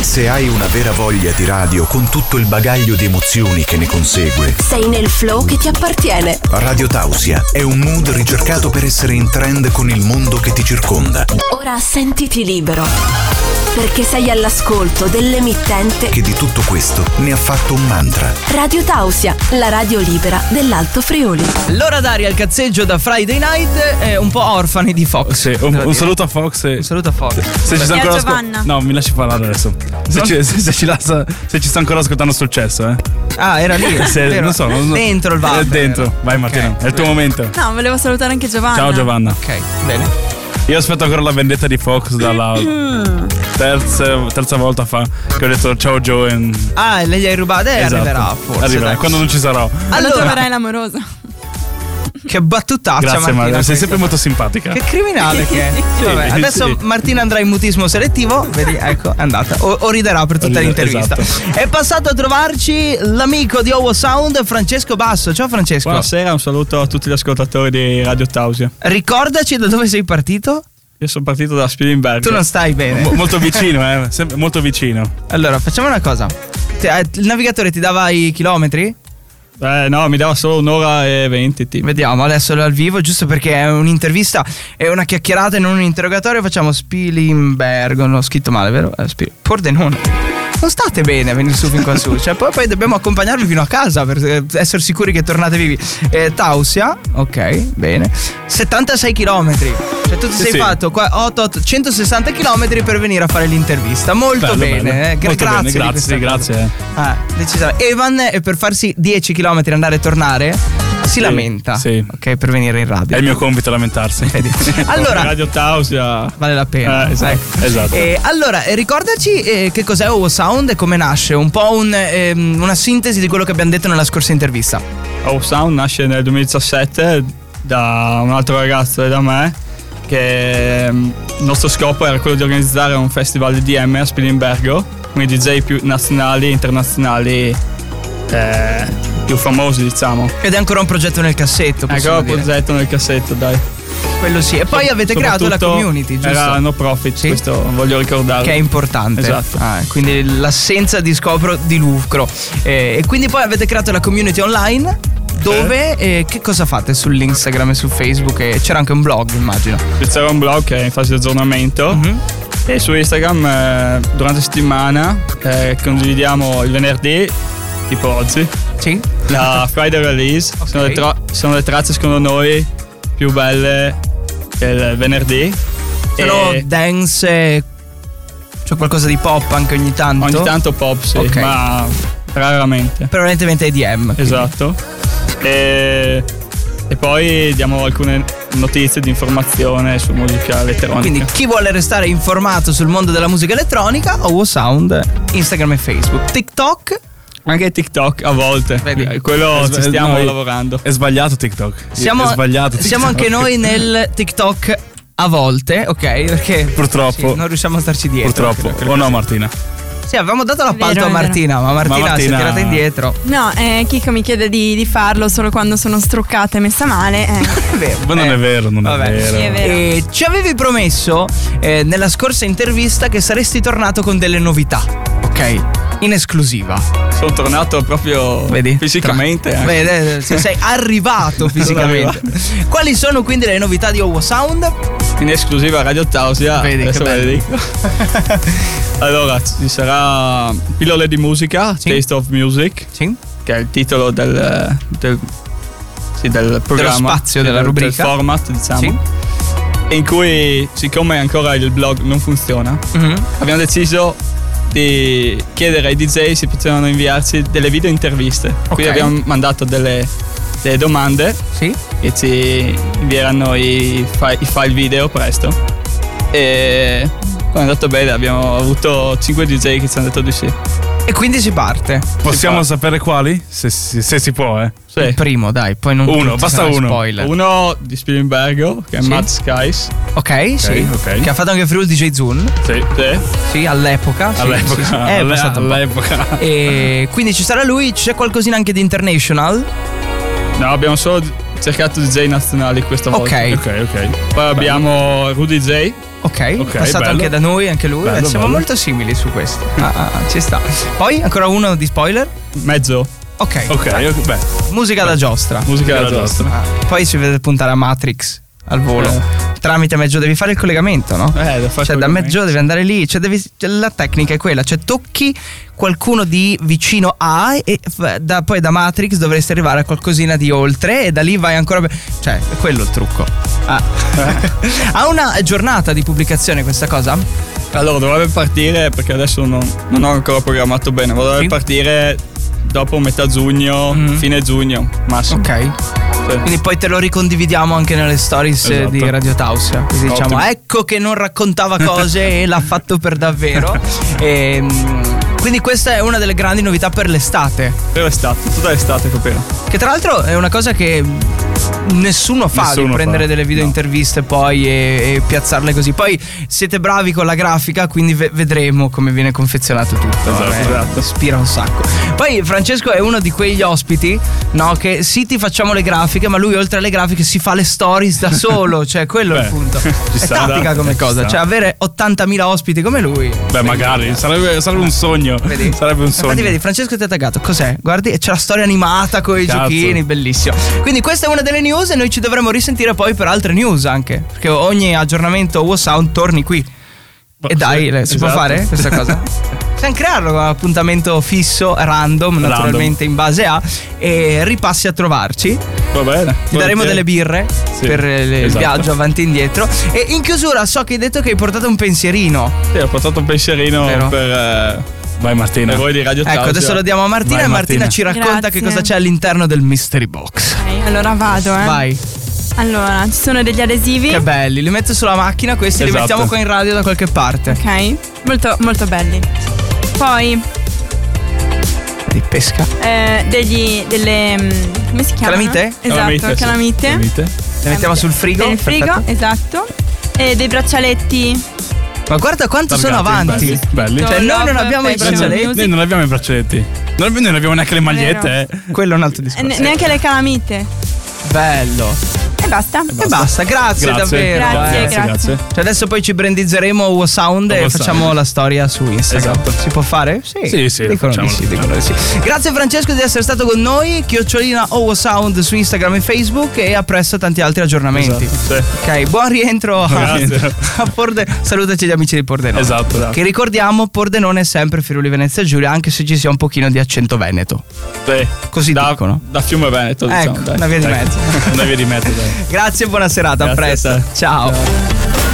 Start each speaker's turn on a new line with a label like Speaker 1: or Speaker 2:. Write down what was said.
Speaker 1: Se hai una vera voglia di radio con tutto il bagaglio di emozioni che ne consegue,
Speaker 2: Sei nel flow che ti appartiene.
Speaker 1: Radio Tausia è un mood ricercato per essere in trend con il mondo che ti circonda,
Speaker 2: Ora sentiti libero. Perché sei all'ascolto dell'emittente
Speaker 1: che di tutto questo ne ha fatto un mantra.
Speaker 2: Radio Tausia, la radio libera dell'Alto Friuli.
Speaker 3: L'ora d'aria al cazzeggio da Friday night è un po' orfani di Fox.
Speaker 4: Sì, un,
Speaker 3: devo
Speaker 4: un
Speaker 3: dire.
Speaker 4: saluto a Fox. e-
Speaker 3: Un saluto a Fox.
Speaker 4: Se ci sta ancora asco-
Speaker 5: Giovanna.
Speaker 4: No, mi lasci parlare adesso. Se ci, se- se ci lascia- se ci sta ancora ascoltando successo, eh.
Speaker 3: Ah, era lì.
Speaker 4: Se-
Speaker 3: vero.
Speaker 4: non so, non so.
Speaker 3: Dentro il
Speaker 4: Eh,
Speaker 3: vaso.
Speaker 4: Dentro. Vai Martino, è il tuo momento.
Speaker 5: No, volevo salutare anche Giovanna.
Speaker 4: Ciao Giovanna.
Speaker 3: Ok, bene.
Speaker 4: Io aspetto ancora la vendetta di Fox dalla terza, terza volta fa che ho detto ciao Joe. e-
Speaker 3: Ah, le gli hai rubate?
Speaker 4: Esatto.
Speaker 3: Arriverà forse.
Speaker 4: Arriverà,
Speaker 3: dai. Ah,
Speaker 4: quando non ci sarò.
Speaker 5: Allora
Speaker 3: Allora,
Speaker 5: troverai l'amorosa.
Speaker 3: che battutaccia
Speaker 4: Grazie
Speaker 3: Martina.
Speaker 4: Mario, sei
Speaker 3: questa.
Speaker 4: sempre molto simpatica.
Speaker 3: Che criminale che è. Vabbè,
Speaker 4: sì.
Speaker 3: adesso Martina andrà in mutismo selettivo. Vedi, ecco, è andata. O, o riderà per tutta
Speaker 4: Riderà,
Speaker 3: l'intervista.
Speaker 4: esatto.
Speaker 3: È passato a trovarci l'amico di Owo Sound, Francesco Basso. Ciao Francesco.
Speaker 6: Buonasera, un saluto a tutti gli ascoltatori di Radio Tausia.
Speaker 3: Ricordaci da dove sei partito?
Speaker 6: Io sono partito da Spilimberg.
Speaker 3: Tu non stai bene.
Speaker 4: Mo- molto vicino, eh. sempre molto vicino.
Speaker 3: Allora, facciamo una cosa. Te- eh, Il navigatore ti dava i chilometri?
Speaker 6: Eh no, mi dava solo un'ora e venti. tipo.
Speaker 3: Vediamo adesso dal vivo, giusto perché è un'intervista, è una chiacchierata e non un interrogatorio. Facciamo Spilimbergo. Non ho scritto male, vero? Eh, Spil- Pordenone. Non state bene a venire su fin qua su. Cioè, poi, poi dobbiamo accompagnarvi fino a casa per eh, essere sicuri che tornate vivi. Eh, Tausia, ok, bene. 76 km. Cioè, tu ti sei
Speaker 4: sì.
Speaker 3: fatto qua- otto, otto, 160 km per venire a fare l'intervista. Molto
Speaker 4: Bello,
Speaker 3: bene.
Speaker 4: bello.
Speaker 3: eh. Gra-
Speaker 4: Molto
Speaker 3: grazie.
Speaker 4: bene,
Speaker 3: di
Speaker 4: grazie,
Speaker 3: questa
Speaker 4: sì,
Speaker 3: cosa.
Speaker 4: grazie, eh.
Speaker 3: Ah, decisamente. Evan eh, per farsi 10 km andare e tornare si lamenta.
Speaker 4: sì.
Speaker 3: Ok, per venire in
Speaker 4: È
Speaker 3: rabbia.
Speaker 6: Eh,
Speaker 4: il mio compito lamentarsi.
Speaker 3: Allora,
Speaker 6: Radio Tausia.
Speaker 3: vale la pena.
Speaker 6: Eh, esatto,
Speaker 3: Ecco.
Speaker 4: esatto.
Speaker 3: Eh, allora, eh, ricordaci eh, che cos'è Owo Sound e come nasce. Un po' un, ehm, una sintesi di quello che abbiamo detto nella scorsa intervista.
Speaker 6: Oh Sound nasce nel 2017 da un altro ragazzo e da me che ehm, il nostro scopo era quello di organizzare un festival di DM a Spilimbergo con i DJ più nazionali e internazionali eh, più famosi diciamo.
Speaker 3: Ed è ancora un progetto nel cassetto.
Speaker 6: Ecco
Speaker 3: possiamo
Speaker 6: il
Speaker 3: dire.
Speaker 6: progetto nel cassetto dai.
Speaker 3: Quello sì. E poi avete creato la
Speaker 6: Soprattutto
Speaker 3: community, giusto?
Speaker 6: Era no profit,
Speaker 3: Sì.
Speaker 6: questo voglio ricordarlo.
Speaker 3: Che è importante.
Speaker 6: Esatto.
Speaker 3: Ah, quindi l'assenza di scopro di lucro. Eh, e quindi poi avete creato la community online. Dove eh, che cosa fate sull'Instagram e su Facebook? E c'era anche un blog, immagino.
Speaker 6: C'era un blog che è in fase di aggiornamento
Speaker 3: Mhm.
Speaker 6: e su Instagram eh, durante la settimana eh, condividiamo il venerdì, tipo oggi,
Speaker 3: Sì.
Speaker 6: la Friday release.
Speaker 3: Ok.
Speaker 6: Sono, le tra- sono le tracce secondo noi più belle del venerdì.
Speaker 3: Però
Speaker 6: e
Speaker 3: dance. eh, C'è qualcosa di pop anche ogni tanto.
Speaker 6: ogni tanto pop, sì,
Speaker 3: Ok.
Speaker 6: ma raramente.
Speaker 3: Prevalentemente EDM.
Speaker 6: Esatto. E, e poi diamo alcune notizie di informazione su musica elettronica.
Speaker 3: Quindi chi vuole restare informato sul mondo della musica elettronica, Owo Sound, Instagram e Facebook. TikTok.
Speaker 6: Anche TikTok a volte.
Speaker 3: Vedi.
Speaker 6: Eh, Quello
Speaker 4: Eh,
Speaker 6: ci
Speaker 4: sbag-
Speaker 6: stiamo
Speaker 4: no,
Speaker 6: lavorando.
Speaker 4: È sbagliato TikTok.
Speaker 3: Siamo,
Speaker 4: è sbagliato.
Speaker 3: siamo
Speaker 4: TikTok.
Speaker 3: anche noi nel TikTok a volte, ok? Perché
Speaker 4: Purtroppo.
Speaker 3: sì, non riusciamo a starci dietro.
Speaker 4: Purtroppo. O no, Martina?
Speaker 3: Sì, avevamo dato
Speaker 5: È
Speaker 3: l'appalto
Speaker 5: vero,
Speaker 3: a
Speaker 5: è vero.
Speaker 3: Martina, ma Martina, si è
Speaker 4: Martina-
Speaker 3: tirata indietro.
Speaker 5: No, eh, Chico mi chiede di, di farlo solo quando sono struccata e messa male. Eh.
Speaker 3: È vero.
Speaker 4: Ma non
Speaker 3: eh.
Speaker 4: è vero, non
Speaker 3: Vabbè.
Speaker 4: è vero.
Speaker 5: Sì, è vero.
Speaker 3: E ci avevi promesso eh, nella scorsa intervista che saresti tornato con delle novità, ok? In esclusiva.
Speaker 6: Sono tornato proprio
Speaker 3: Vedi?
Speaker 6: fisicamente.
Speaker 3: Tra-
Speaker 6: anche.
Speaker 3: Vedi, eh, se sei arrivato fisicamente. Quali sono quindi le novità di Owo Sound?
Speaker 6: In esclusiva a Radio Tausia.
Speaker 3: Vedi, che
Speaker 6: adesso ve le
Speaker 3: bello.
Speaker 6: dico. allora, ci sarà Pillole di musica,
Speaker 3: Sì.
Speaker 6: Taste of Music,
Speaker 3: Sì.
Speaker 6: che è il titolo del, del- sì, del programma.
Speaker 3: spazio,
Speaker 6: sì,
Speaker 3: della
Speaker 6: del- del
Speaker 3: rubrica.
Speaker 6: format, diciamo.
Speaker 3: Sì.
Speaker 6: In cui, siccome ancora il blog non funziona,
Speaker 5: Mm-hmm.
Speaker 3: Mhm.
Speaker 6: abbiamo deciso di chiedere ai DJ se potevano inviarci delle video interviste. Quindi abbiamo mandato delle, delle domande
Speaker 3: Sì.
Speaker 6: e ci invieranno i, fi- i file video presto. E è andato bene, abbiamo avuto 5 DJ che ci hanno detto di sì.
Speaker 3: E quindi si parte.
Speaker 4: Possiamo
Speaker 6: Si
Speaker 4: sapere quali? Se, se- se si può, eh.
Speaker 6: Sì.
Speaker 3: Il primo, dai, poi non
Speaker 4: Uno,
Speaker 3: tutti
Speaker 4: basta
Speaker 3: saranno
Speaker 4: uno.
Speaker 3: Spoiler.
Speaker 6: Uno di Spilimbergo, che è
Speaker 3: Sì.
Speaker 6: Matt Skies.
Speaker 3: Ok, sì.
Speaker 4: ok.
Speaker 3: Che ha fatto anche Friul DJ Zun.
Speaker 6: Sì.
Speaker 3: Sì, all'epoca. sì,
Speaker 4: All'epoca.
Speaker 3: sì, sì. Eh, È
Speaker 4: alle-
Speaker 3: passato un po'.
Speaker 4: all'epoca.
Speaker 3: E quindi ci sarà lui, c'è qualcosina anche di international.
Speaker 6: No, abbiamo solo cercato DJ nazionali questa volta.
Speaker 3: Ok,
Speaker 4: Ok, ok.
Speaker 6: Poi abbiamo Rudy J.
Speaker 3: ok,
Speaker 4: Ok,
Speaker 3: passato
Speaker 4: bello.
Speaker 3: anche da noi, anche lui.
Speaker 4: Bello,
Speaker 3: eh, siamo
Speaker 4: bello.
Speaker 3: molto simili su questo. Ah, ah, ci sta. Poi ancora uno di spoiler.
Speaker 6: Mezzo.
Speaker 3: Ok,
Speaker 4: Ok, ok, beh.
Speaker 3: musica da giostra.
Speaker 6: Musica
Speaker 4: Era
Speaker 6: da
Speaker 4: giusto.
Speaker 6: giostra.
Speaker 3: Ah, poi si vede puntare a Matrix al volo.
Speaker 4: Eh.
Speaker 3: Tramite mezzo devi fare il collegamento, no?
Speaker 6: Eh, da
Speaker 3: Cioè, da mezzo devi andare lì. Cioè, devi- cioè, la tecnica è quella. Cioè, tocchi qualcuno di vicino a e f- da- poi da Matrix dovresti arrivare a qualcosina di oltre e da lì vai ancora. per- Cioè, è quello il trucco. Ah. ha una giornata di pubblicazione questa cosa?
Speaker 6: Allora, dovrebbe partire, perché adesso non, non ho ancora programmato bene, ma dovrebbe
Speaker 3: Sì.
Speaker 6: partire dopo metà giugno,
Speaker 4: Mm-hmm.
Speaker 3: Mm.
Speaker 6: fine giugno, massimo. Cioè,
Speaker 3: Ok.
Speaker 6: Sì.
Speaker 3: Quindi poi te lo ricondividiamo anche nelle stories eh, di
Speaker 6: Esatto.
Speaker 3: Radio Taus. Così
Speaker 6: Ottimo.
Speaker 3: diciamo, ecco che non raccontava cose e l'ha fatto per davvero. Ehm, quindi questa è una delle grandi novità per l'estate.
Speaker 6: Per l'estate, tutta l'estate coprirà.
Speaker 3: Che tra l'altro è una cosa che mh, nessuno fa di
Speaker 4: Nessuno
Speaker 3: prendere
Speaker 4: fa,
Speaker 3: delle video
Speaker 4: no.
Speaker 3: interviste poi e, e piazzarle così. Poi siete bravi con la grafica, quindi ve- vedremo come viene confezionato tutto.
Speaker 4: Esatto,
Speaker 3: eh.
Speaker 4: esatto.
Speaker 3: Ispira un sacco. Poi Francesco è uno di quegli ospiti, no? Che sì, ti facciamo le grafiche, ma lui oltre alle grafiche si fa le stories da solo. cioè, quello è il
Speaker 4: Beh,
Speaker 3: punto. È
Speaker 4: sta,
Speaker 3: tattica
Speaker 4: dai,
Speaker 3: come
Speaker 4: ci
Speaker 3: cosa.
Speaker 4: sta.
Speaker 3: Cioè, avere 80.000 ospiti come lui.
Speaker 4: Beh, magari. Sarebbe, sarebbe un sogno.
Speaker 3: Vedi?
Speaker 4: Sarebbe un
Speaker 3: Infatti,
Speaker 4: sogno.
Speaker 3: vedi, Francesco ti ha taggato. Cos'è? Guardi, e c'è la storia animata con i
Speaker 4: Cazzo.
Speaker 3: giochini, bellissimo. Quindi, questa è una delle news e noi ci dovremo risentire poi per altre news anche. Perché ogni aggiornamento WhatsApp torni qui. E dai, le- si può
Speaker 4: esatto.
Speaker 3: fare questa cosa? Possiamo crearlo un appuntamento fisso, random,
Speaker 4: Random.
Speaker 3: naturalmente in base a. E ripassi a trovarci.
Speaker 4: Va bene.
Speaker 3: Ti daremo delle birre
Speaker 4: Sì,
Speaker 3: per eh, le- il
Speaker 4: esatto.
Speaker 3: viaggio avanti e indietro. E in chiusura, so che hai detto che hai portato un pensierino.
Speaker 6: Sì, ho portato un pensierino
Speaker 3: Vero.
Speaker 6: per, eh,
Speaker 4: Vai Martina.
Speaker 6: per voi di Radio
Speaker 3: Ecco,
Speaker 6: Tausia.
Speaker 3: adesso lo diamo a Martina
Speaker 4: Vai,
Speaker 3: e Martina,
Speaker 4: Martina.
Speaker 3: ci racconta che cosa
Speaker 5: Grazie.
Speaker 3: c'è all'interno del mystery box.
Speaker 5: Ok, allora vado, eh.
Speaker 3: Vai,
Speaker 5: Allora, ci sono degli adesivi.
Speaker 3: che belli, li metto sulla macchina questi, li
Speaker 4: Esatto.
Speaker 3: mettiamo qua in radio da qualche parte.
Speaker 5: ok. Molto, molto belli. Poi
Speaker 3: Di pesca.
Speaker 5: eh, degli delle mm, come si chiama?
Speaker 3: Calamite?
Speaker 5: Esatto,
Speaker 6: Calamite,
Speaker 5: calamite.
Speaker 6: sì. Calamite.
Speaker 3: Li mettiamo sul frigo.
Speaker 5: Del frigo,
Speaker 3: perfetto.
Speaker 5: esatto. E dei braccialetti.
Speaker 3: Ma guarda quanto sono
Speaker 4: Targati,
Speaker 3: avanti.
Speaker 4: Belli.
Speaker 5: Tutto
Speaker 4: belli.
Speaker 3: Cioè, noi
Speaker 5: love,
Speaker 3: non abbiamo i
Speaker 5: fashion,
Speaker 3: braccialetti.
Speaker 5: music.
Speaker 4: Noi non abbiamo i braccialetti. Non abbiamo, noi non abbiamo neanche le magliette.
Speaker 5: Vero.
Speaker 4: eh.
Speaker 3: Quello è un altro
Speaker 5: Eh,
Speaker 3: discorso.
Speaker 5: ne- neanche le calamite.
Speaker 3: Bello.
Speaker 5: E basta.
Speaker 3: E basta, grazie,
Speaker 4: Grazie.
Speaker 3: davvero.
Speaker 5: Grazie,
Speaker 3: eh.
Speaker 5: grazie.
Speaker 3: Cioè, adesso poi ci brandizzeremo Wow Sound e
Speaker 4: Wow
Speaker 3: facciamo
Speaker 4: Sound.
Speaker 3: la storia su Instagram.
Speaker 4: Esatto.
Speaker 3: Si può fare? Sì.
Speaker 4: Sì, sì,
Speaker 3: Eh, Dicono di
Speaker 4: facciamolo,
Speaker 3: sì, dicono
Speaker 4: facciamolo.
Speaker 3: di sì. Grazie Francesco di essere stato con noi. Chiocciolina Wow Sound su Instagram e Facebook e a presto tanti altri aggiornamenti.
Speaker 4: Esatto, sì.
Speaker 3: Ok, buon rientro a,
Speaker 4: Grazie.
Speaker 3: a Pordenone. Salutaci gli amici di Pordenone.
Speaker 4: Esatto, esatto.
Speaker 3: Che ricordiamo, Pordenone è sempre Friuli Venezia Giulia, anche se ci sia un pochino di accento veneto.
Speaker 6: Sì.
Speaker 3: Così
Speaker 6: da,
Speaker 3: dicono.
Speaker 6: da Fiume Veneto, diciamo.
Speaker 3: ecco,
Speaker 6: dai.
Speaker 3: una via di
Speaker 4: Ecco.
Speaker 3: mezzo.
Speaker 4: Una via di mezzo, dai.
Speaker 3: Grazie e buona serata, a
Speaker 6: Grazie a
Speaker 3: presto.
Speaker 6: te.
Speaker 3: Ciao.